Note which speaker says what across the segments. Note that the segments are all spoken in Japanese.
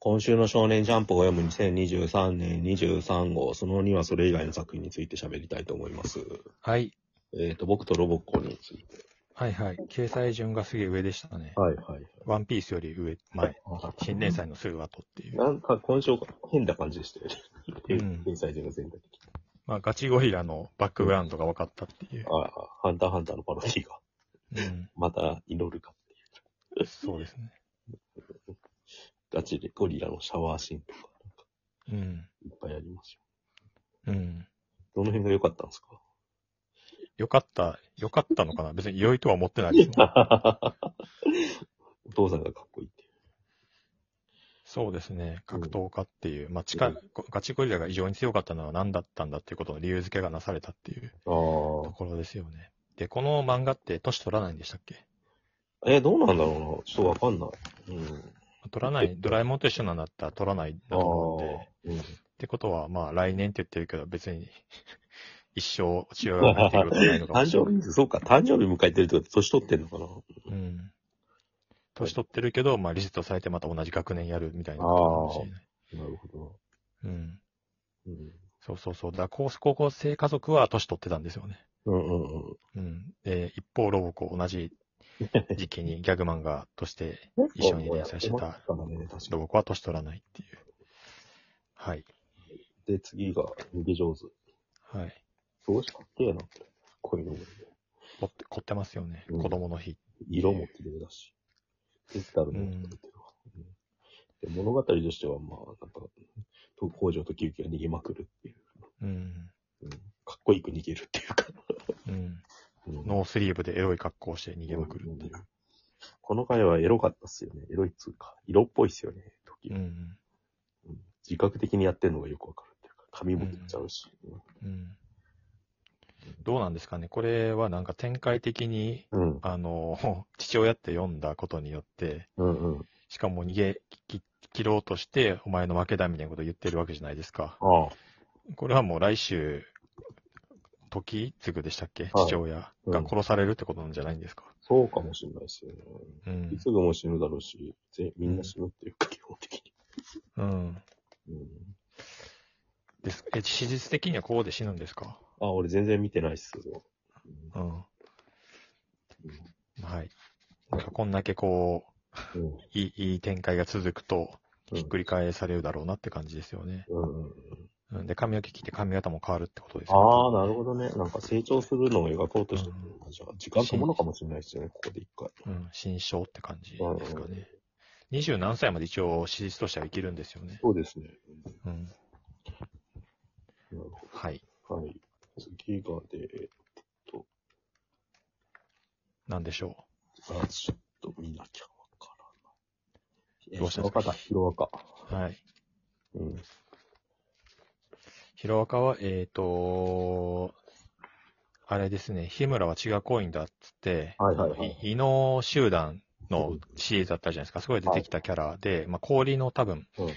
Speaker 1: 今週の少年ジャンプを読む2023年23号、その2はそれ以外の作品について喋りたいと思います。
Speaker 2: はい。
Speaker 1: えっ、と、僕とロボッコについて。
Speaker 2: はいはい。掲載順がすげえ上でしたね。
Speaker 1: はいはい。
Speaker 2: ワンピースより上、前。新連載のすぐ後っていう。
Speaker 1: なんか今週変な感じでしたよ
Speaker 2: う
Speaker 1: ね
Speaker 2: ん。
Speaker 1: 天才人が全体的に。
Speaker 2: まあ、ガチゴリラのバックグラウンドが分かったっていう。
Speaker 1: ああ、ハンターハンターのパロディが、
Speaker 2: うん。
Speaker 1: また祈るかっていう。
Speaker 2: そうですね。
Speaker 1: ガチでゴリラのシャワーシーンとか、なんか
Speaker 2: うん。
Speaker 1: いっぱいありますよ。
Speaker 2: うん。
Speaker 1: どの辺が良かったんですか
Speaker 2: よかった、よかったのかな別に良いとは思ってないですね。
Speaker 1: お父さんがかっこいいっていう。
Speaker 2: そうですね。
Speaker 1: うん
Speaker 2: 格闘家っていう。まあ、近い、ガチゴリラが異常に強かったのは何だったんだっていうことの理由付けがなされたっていうと
Speaker 1: あ
Speaker 2: ころですよね。で、この漫画って年取らないんでしたっけ
Speaker 1: あ。え、どうなんだろうな。ちょっとわかんない。うん。
Speaker 2: 取らない、ドラえもんと一緒なんだったら取らないんだと思うんで。
Speaker 1: あーうん
Speaker 2: ってことは、まあ、来年って言ってるけど、別に、 一生、父親が入っていることはないのかも
Speaker 1: 誕
Speaker 2: しれない。
Speaker 1: 生日、そうか、誕生日迎えてるってこと年取ってんのかな
Speaker 2: うん。年取ってるけど、まあ、リセットされてまた同じ学年やるみたいなことかもしれない。
Speaker 1: なるほど。
Speaker 2: うん。
Speaker 1: うん。
Speaker 2: そうそうそう。だから高高校生家族は年取ってたんですよね。
Speaker 1: うんうんうん。
Speaker 2: うん。で、一方、ロボコ 同じ時期にギャグ漫画として一緒に連載してた
Speaker 1: そうやってましたね確か
Speaker 2: ロボコは年取らないっていう。はい。
Speaker 1: にで、次が、逃げ上手。
Speaker 2: はい。
Speaker 1: そうしたっけやな、これ。こういうのも。
Speaker 2: 凝って、凝ってますよね。
Speaker 1: うん
Speaker 2: 子供の日。
Speaker 1: 色も綺麗だし。デジタルもやってるわ。うんで物語としては、まあ、なんか、と北条時行が逃げまくるっていう。
Speaker 2: うん。
Speaker 1: うんかっこよく逃げるっていうか。
Speaker 2: う
Speaker 1: う
Speaker 2: ん。
Speaker 1: ん
Speaker 2: ノースリーブでエロい格好をして逃げまくるっていう。
Speaker 1: この回はエロかったっすよね。エロいっつうか、色っぽいっすよね、時
Speaker 2: う
Speaker 1: 々う
Speaker 2: ん。
Speaker 1: ん自覚的にやってるのがよくわかるっていうか、髪も切っちゃうし。
Speaker 2: うん。どうなんですかねこれはなんか展開的に、
Speaker 1: うん。
Speaker 2: あの、 父親って読んだことによって、
Speaker 1: うんうん。
Speaker 2: しかも逃げき切ろうとして、お前の負けだみたいなことを言ってるわけじゃないですか。
Speaker 1: ああ。
Speaker 2: これはもう来週、時次でしたっけ
Speaker 1: はい
Speaker 2: 父親
Speaker 1: うん
Speaker 2: が殺されるってことなんじゃないんですか。
Speaker 1: そうかもしれないですよね。
Speaker 2: うん
Speaker 1: い。つぐも死ぬだろうし、ぜみんな死ぬっていうか、基本的
Speaker 2: うん。
Speaker 1: に。うん。
Speaker 2: ですえ、史実的にはこうで死ぬんですか
Speaker 1: あ、俺全然見てないっすけど。うん
Speaker 2: うん。はい。なんかこんだけこう、
Speaker 1: うん。
Speaker 2: いい、いい展開が続くと、
Speaker 1: うん
Speaker 2: ひっくり返されるだろうなって感じですよね。
Speaker 1: うんうんうん。
Speaker 2: うん、で、髪の毛切って髪型も変わるってことです
Speaker 1: ああ、
Speaker 2: よ
Speaker 1: なるほどね。なんか成長するのを描こうとしてるのか。じゃあ、時間とものかもしれないですよね、ここで一回。
Speaker 2: ね。うん、新章って感じですか
Speaker 1: うんうん
Speaker 2: ね。二十何歳まで一応、史実としては生きるんですよね。
Speaker 1: そうですね。
Speaker 2: うん。
Speaker 1: なるほ
Speaker 2: はい。
Speaker 1: ど。はい。次がで、えっと、
Speaker 2: なんでしょ
Speaker 1: あ、ちょっと見なきゃわからない。
Speaker 2: どうしたん
Speaker 1: ヒロ
Speaker 2: ですか
Speaker 1: アカだ、ヒロアカ。
Speaker 2: う。はい。
Speaker 1: うん。
Speaker 2: ヒロアカは、えっ、と、あれですね、日村は違うコインだっつって、
Speaker 1: はいはいはい
Speaker 2: い異能集団のシリーズだったじゃないですか。すごい出てきたキャラで、まあ氷の多分、
Speaker 1: うん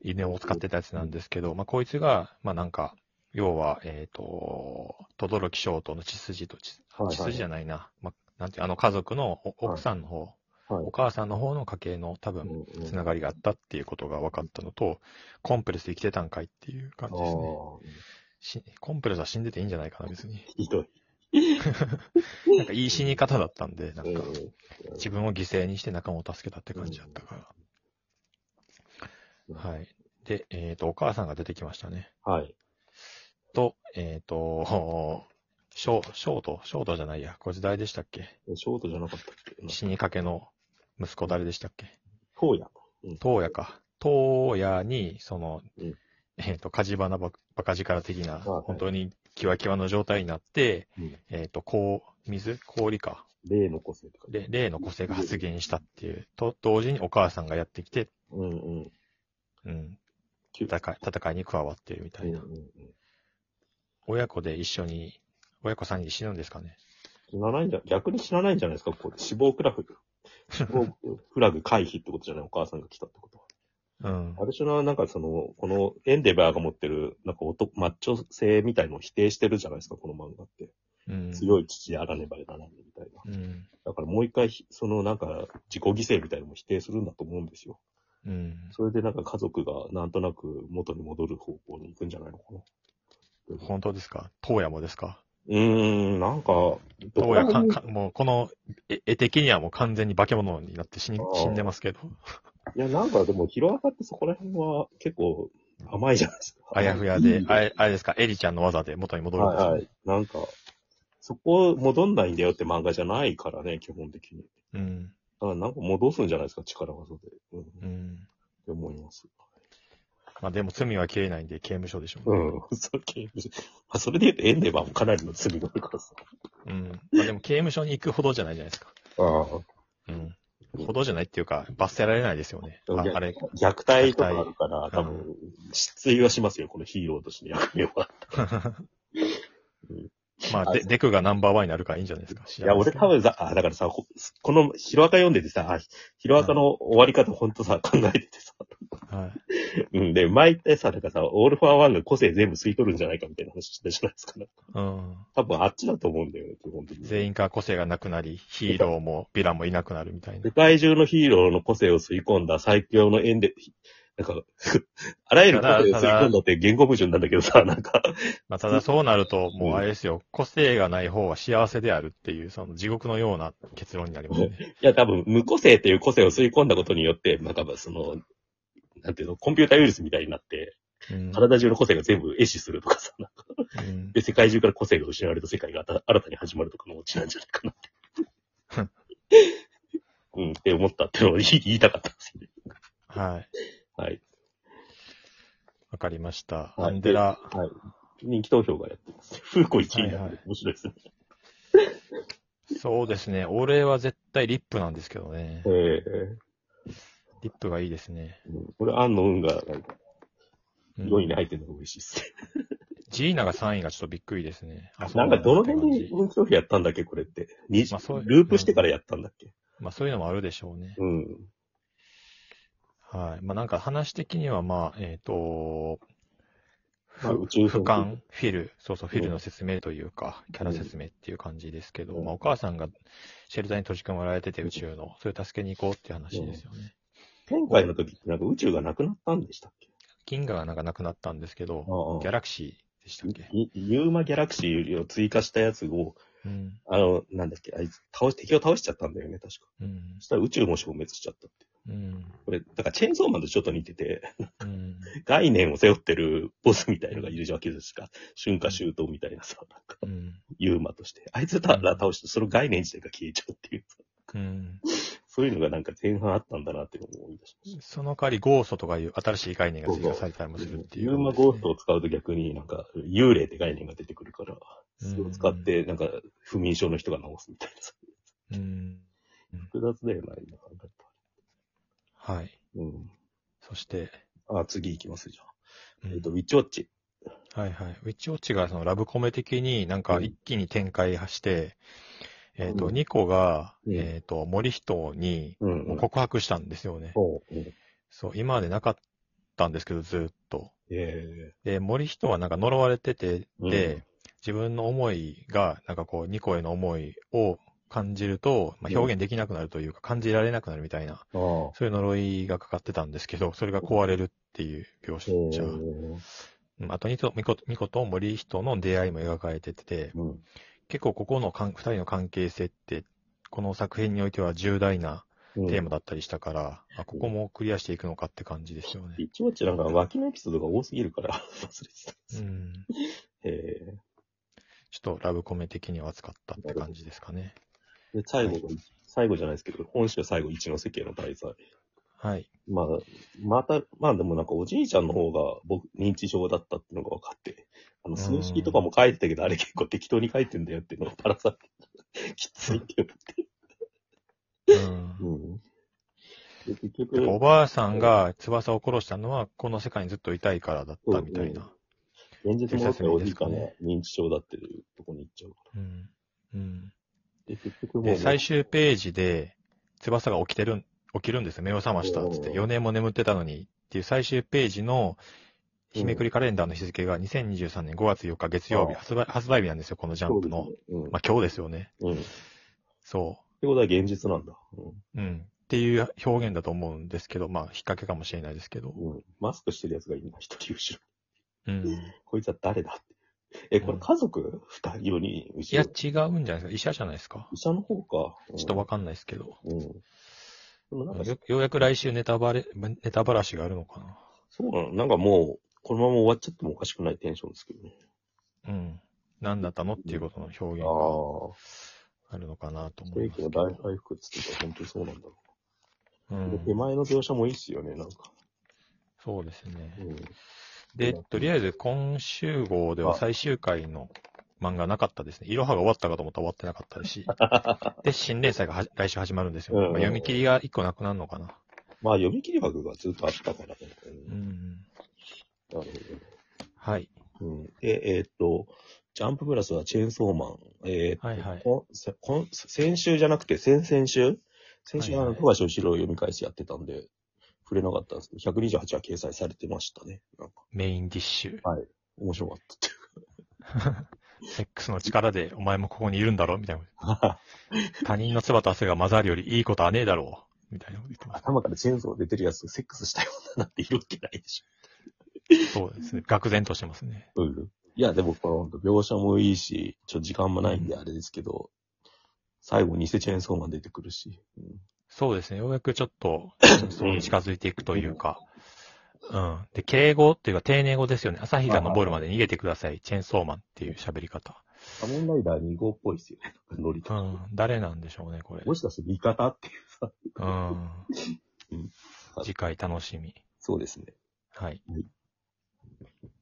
Speaker 2: 異能を使ってたやつなんですけど、まあこいつが、まあなんか、要は、えっ、と、轟将との血筋と血、
Speaker 1: はいはい
Speaker 2: 血筋じゃないな。まあ、なんていうあの家族のお奥さんの方、
Speaker 1: はい
Speaker 2: お母さんの方の家系の多分、
Speaker 1: うん
Speaker 2: つながりがあったっていうことが分かったのと、コンプレスで生きてたんかいっていう感じですね。しコンプレスは死んでていいんじゃないかな、別に
Speaker 1: あ。あ、ひどい。
Speaker 2: なんかいい死に方だったんで、なんか
Speaker 1: うん
Speaker 2: 自分を犠牲にして仲間を助けたって感じだった
Speaker 1: う
Speaker 2: か
Speaker 1: ん
Speaker 2: ら。はい。で、えっ、と、お母さんが出てきましたね。
Speaker 1: はい。
Speaker 2: と、えっ、と、ショショート、ショートじゃないや。これ時代でしたっけ
Speaker 1: えショートじゃなかったっけな
Speaker 2: 死にかけの息子誰でしたっけ
Speaker 1: そうや。
Speaker 2: 東野か。東野に、その、
Speaker 1: うん
Speaker 2: えっ、と、火事花ばバカ力的な、
Speaker 1: はい
Speaker 2: 本当にキワキワの状態になって、
Speaker 1: うん
Speaker 2: えっ、と、こう、水氷か。
Speaker 1: 例の個性とか。
Speaker 2: で、例の個性が発現したっていう、と、同時にお母さんがやってきて、
Speaker 1: うんうん。
Speaker 2: うん、
Speaker 1: キュ
Speaker 2: 戦い、戦いに加わってるみた
Speaker 1: うん
Speaker 2: い
Speaker 1: うん
Speaker 2: な。
Speaker 1: うん。
Speaker 2: 親子で一緒に、親子3人死ぬんですかね。
Speaker 1: 死なないんじゃ、逆に死なないんじゃないですか、ここで。死亡フラ グ。死亡フラグ回避ってことじゃない、お母さんが来たってことは。
Speaker 2: うん。
Speaker 1: ある種の、なんかその、このエンデバーが持ってる、なんか男、マッチョ性みたいのを否定してるじゃないですか、この漫画って。
Speaker 2: うん。
Speaker 1: 強い父やあらねばならないみたいな。
Speaker 2: うん。
Speaker 1: だからもう一回、そのなんか、自己犠牲みたいなのも否定するんだと思うんですよ。
Speaker 2: ううん。
Speaker 1: それでなんか家族がなんとなく元に戻る方向に行くんじゃないのかな。
Speaker 2: 本当ですか東野もですか
Speaker 1: うーん、なんか、ど
Speaker 2: 東野かん
Speaker 1: も
Speaker 2: かん、もうこの絵絵的にはもう完全に化け物になって死に
Speaker 1: あー
Speaker 2: 死んでますけど、
Speaker 1: いや、なんかでも、ヒロアカってそこら辺は結構甘いじゃないですか。
Speaker 2: あやふや
Speaker 1: い
Speaker 2: で
Speaker 1: い、
Speaker 2: あれあれですか、エリちゃんの技で元に戻るん
Speaker 1: はい
Speaker 2: ですよ
Speaker 1: はい。なんか、そこ戻んないんだよって漫画じゃないからね、基本的に。
Speaker 2: うん。
Speaker 1: だからなんか戻すんじゃないですか、力技で。うん。っ
Speaker 2: うん。
Speaker 1: て思います。
Speaker 2: まあでも罪は消えないんで刑務所でしょう
Speaker 1: う
Speaker 2: ね。
Speaker 1: ん。さっき、あ それで言うとエンデバーもかなりの罪があるからさ。
Speaker 2: うん。まあでも刑務所に行くほどじゃないじゃないですか。
Speaker 1: ああ。
Speaker 2: うん。ほどじゃないっていうか、罰せられないですよね。あ
Speaker 1: 逆
Speaker 2: あれ、
Speaker 1: 虐待とかあるから、
Speaker 2: 虐待
Speaker 1: 多分、失墜はしますよ、このヒーローとしての役目は。
Speaker 2: まあ、
Speaker 1: あ
Speaker 2: で、デクがナンバーワンになるからいいんじゃないですか。
Speaker 1: いや、俺多分さ、あ、だからさ、ここの、ヒロアカ読んでてさ、あヒロアカの終わり方ほんとさ、考えててさ、
Speaker 2: 分。はい。
Speaker 1: うん、で、毎回さ、なんかさ、オールファーワンが個性全部吸い取るんじゃないかみたいな話してたじゃないですか。
Speaker 2: うん。
Speaker 1: 多分あっちだと思うんだよね、基本的に。
Speaker 2: 全員から個性がなくなり、ヒーローもヴィランもいなくなるみたいな
Speaker 1: 世。界中のヒーローの個性を吸い込んだ最強の縁で、なんか、 あらゆる個性を吸い込んだって言語矛盾なんだけどさ、なんか、
Speaker 2: まあ、ただそうなると、
Speaker 1: う
Speaker 2: も
Speaker 1: ん
Speaker 2: うあれですよ、個性がない方は幸せであるっていう、その地獄のような結論になりますね。
Speaker 1: いや、多分、無個性っていう個性を吸い込んだことによって、まあ、多分、その、なんていうの、コンピュータウイルスみたいになって、
Speaker 2: うん。
Speaker 1: 体中の個性が全部壊死するとかさ、なんか
Speaker 2: うん
Speaker 1: で、世界中から個性が失われた世界が新新たに始まるとかのオチなんじゃないかなって。 うん、って思ったっていうのを言い言いたかったんですよね。
Speaker 2: はい。
Speaker 1: はい。
Speaker 2: わかりました。
Speaker 1: はい
Speaker 2: アンデラ、
Speaker 1: はい。人気投票がやってます。風子1位なんで、
Speaker 2: はいはい
Speaker 1: 面白いですね。
Speaker 2: そうですね。俺は絶対リップなんですけどね
Speaker 1: え。
Speaker 2: リップがいいですね。
Speaker 1: えこれ、安の運が、なんか、
Speaker 2: うん
Speaker 1: 4位に入ってるのが嬉しいですね。
Speaker 2: ジーナが3位がちょっとびっくりですね。あ
Speaker 1: なんか、どの
Speaker 2: そうな
Speaker 1: 辺
Speaker 2: んだ
Speaker 1: で
Speaker 2: って感
Speaker 1: 人気投票やったんだっけ、これって。に
Speaker 2: まあそう
Speaker 1: ループしてからやったんだっけ。
Speaker 2: じまあそういうのもあるでしょうね。
Speaker 1: うん。
Speaker 2: はい。まあなんか話的には、まあ、えっ、と、
Speaker 1: まあ
Speaker 2: ふ
Speaker 1: 宇宙
Speaker 2: 俯
Speaker 1: 服
Speaker 2: 瞰、フィル、そうそう、フィ
Speaker 1: う
Speaker 2: ル
Speaker 1: ん
Speaker 2: の説明というか、キャラ説明っていう感じですけど、
Speaker 1: うん
Speaker 2: まあお母さんがシェルターに閉じ込められてて宇宙の、それ助けに行こうっていう話ですよね。
Speaker 1: 前回の時ってなんか宇宙がなくなったんでしたっけ
Speaker 2: 銀河がなんかなくなったんですけど、
Speaker 1: ああ
Speaker 2: ギャラクシーでしたっけ
Speaker 1: ギユーマギャラクシーを追加したやつを、
Speaker 2: うん。
Speaker 1: あの、なんだっけ、あいつ、倒し、敵を倒しちゃったんだよね、確か。
Speaker 2: うん
Speaker 1: そ。したら宇宙も消滅しちゃったって。
Speaker 2: うん。
Speaker 1: これ、だからチェーンソーマンとちょっと似てて、
Speaker 2: うん。
Speaker 1: 概念を背負ってるボスみたいのがいるわけですか。春夏秋冬みたいなさ、なんか、
Speaker 2: うん。
Speaker 1: ユーマとして。あいつたら倒して、その概念自体が消えちゃうっていう。
Speaker 2: うん。
Speaker 1: そういうのがなんか前半あったんだなっていうのを思い出しまし。
Speaker 2: その代わり、ゴーストとかいう新しい概念が追加されたりもするったてい
Speaker 1: ユ
Speaker 2: う、
Speaker 1: ーマゴーストを使うと逆になんか幽霊って概念が出てくるから、それを使ってなんか不眠症の人が治すみたいなさ。
Speaker 2: うん。
Speaker 1: 複雑だよな、今考えたら
Speaker 2: はい。
Speaker 1: うん。
Speaker 2: そして、
Speaker 1: あ、次行きますじ
Speaker 2: う
Speaker 1: ゃん。
Speaker 2: ん
Speaker 1: えっと、ウィッチウォッチ。
Speaker 2: はいはい。ウィッチウォッチがそのラブコメ的になんか
Speaker 1: うん
Speaker 2: 一気に展開して、えっ、
Speaker 1: う
Speaker 2: と、
Speaker 1: ん
Speaker 2: ニコが、
Speaker 1: うん
Speaker 2: えっ、と、森人に
Speaker 1: うん
Speaker 2: もう告白したんですよね。
Speaker 1: そう。うん
Speaker 2: そう、今までなかったんですけど、ずっと。
Speaker 1: え
Speaker 2: で、森人はなんか呪われてて、で、
Speaker 1: うん
Speaker 2: 自分の思いが、なんかこう、ニコへの思いを感じると、まあ、表現できなくなるというか、感じられなくなるみたいな、
Speaker 1: えああ。
Speaker 2: そういう呪いがかかってたんですけど、それが壊れるっていう描写。
Speaker 1: うん
Speaker 2: うんあとニコ、ニコニコと森人の出会いも描かれてて、
Speaker 1: うん。
Speaker 2: 結構ここのかん二人の関係性って、この作品においては重大なテー
Speaker 1: だ。
Speaker 2: マだったりしたから、あここもクリアしていくのかって感じですよね
Speaker 1: ウ。ィッチウォッチなんか脇のエピソードが多すぎるから、 忘れてた。
Speaker 2: うん。
Speaker 1: え
Speaker 2: ちょっとラブコメ的には熱かったって感じですかね。
Speaker 1: えで、最後が、最後じゃないですけど、本州最後、一ノ関への滞在。
Speaker 2: はい。
Speaker 1: まあ、また、まあでもなんかおじいちゃんの方が僕、認知症だったっていうのが分かって、あの、数式とかも書いてたけど、あれ結構適当に書いてんだよっていうのがパラされて、きついって思って。
Speaker 2: うん。
Speaker 1: ん。で結
Speaker 2: だからお
Speaker 1: 局、
Speaker 2: ばあさんが翼を殺したのは、この世界にずっといたいからだったみたいな。
Speaker 1: 現実戻っておじいちゃんが認知症だっていうとこに行っちゃうか
Speaker 2: うん。うん。
Speaker 1: ら。で、結局もう、
Speaker 2: で、最終ページで、翼が起きてるん、起きるんですよ。目を覚ましたっつって、
Speaker 1: おー
Speaker 2: 4年も眠ってたのにっていう最終ページの、日めくりカレンダーの日付が2023年5月4日月曜日、
Speaker 1: あー
Speaker 2: 発売、発売日なんですよ、このジャンプの。
Speaker 1: そうですね。
Speaker 2: まあ今日ですよね。
Speaker 1: うん。うん。って
Speaker 2: そ
Speaker 1: ことは現実なんだ。うん。
Speaker 2: う。うん。っていう表現だと思うんですけど、まあ、引っ掛けかもしれないですけど。
Speaker 1: うん。マスクしてるやつが今一人後ろ。
Speaker 2: うん。
Speaker 1: こいつは誰だって。え、これ家族二人、四人、
Speaker 2: い
Speaker 1: 後
Speaker 2: や、
Speaker 1: ろ。
Speaker 2: 違うんじゃないですか。医者じゃないですか。
Speaker 1: 医者の方か。
Speaker 2: ちょっとわかんないですけど。
Speaker 1: うん。うん。でもなんか、
Speaker 2: よようやく来週ネタバレ、ネタバラシがあるのかな。
Speaker 1: そうなのなんかもう、このまま終わっちゃってもおかしくないテンションですけどね。
Speaker 2: うん。何だったのっていうことの表現が
Speaker 1: ああ。
Speaker 2: あるのかなと
Speaker 1: ステ
Speaker 2: 思
Speaker 1: ー
Speaker 2: いま
Speaker 1: キ
Speaker 2: すけ
Speaker 1: の
Speaker 2: ど。
Speaker 1: 大回復っつってたら本当にそうなんだろ
Speaker 2: う
Speaker 1: う。
Speaker 2: ん
Speaker 1: で手前の描写もいいっすよね、なんか。
Speaker 2: そうですね。
Speaker 1: うん。
Speaker 2: で、とりあえず今週号では最終回の漫画なかったですね。いろはが終わったかと思ったら終わってなかった し。で、新連載がはじ来週始まるんですよ。
Speaker 1: うん
Speaker 2: まあ、読み切りが一個なくなるのかな。
Speaker 1: まあ、読み切り枠がずっとあったからね。うん
Speaker 2: う。
Speaker 1: なんるほ
Speaker 2: はい。
Speaker 1: ど。うん。で、えーっと、ジャンププラスはチェーンソーマン。えーっと、
Speaker 2: はいはい
Speaker 1: こんせこん先週じゃなくて先々週先週はあの
Speaker 2: はいはい
Speaker 1: 富樫後ろを読み返しやってたんで、触れなかったんですけど、128は掲載されてましたね。なんか、
Speaker 2: メインディッシュ。
Speaker 1: 面白かったっていう
Speaker 2: セックスの力でお前もここにいるんだろみたいな。
Speaker 1: か。
Speaker 2: 他人の唾と汗が混ざるよりいいことはねえだろうみたいなこと言ってま
Speaker 1: 頭からチェーンソー出てるやつ、セックスしたい女なんているわけないでしょ。
Speaker 2: す。そうですね。愕然としてますね。
Speaker 1: うん。いや、でも、この本当描写もいいし、ちょっと時間もないんであれですけど、最後偽チェーンソーマン出てくるし。
Speaker 2: そうですね。ようやくちょっと、そうに近づいていくというか。うん。で、敬語っていうか、丁寧語ですよね。朝日が昇るまで逃げてください。チェーンソーマンっていう喋り方。
Speaker 1: 仮面ライダー2号っぽいっすよね。ノリ
Speaker 2: う
Speaker 1: と。
Speaker 2: ん。誰なんでしょうね、これ。
Speaker 1: もしかして味方っていうさ。
Speaker 2: うん
Speaker 1: うん。
Speaker 2: 次回楽しみ。
Speaker 1: そうですね。
Speaker 2: はい。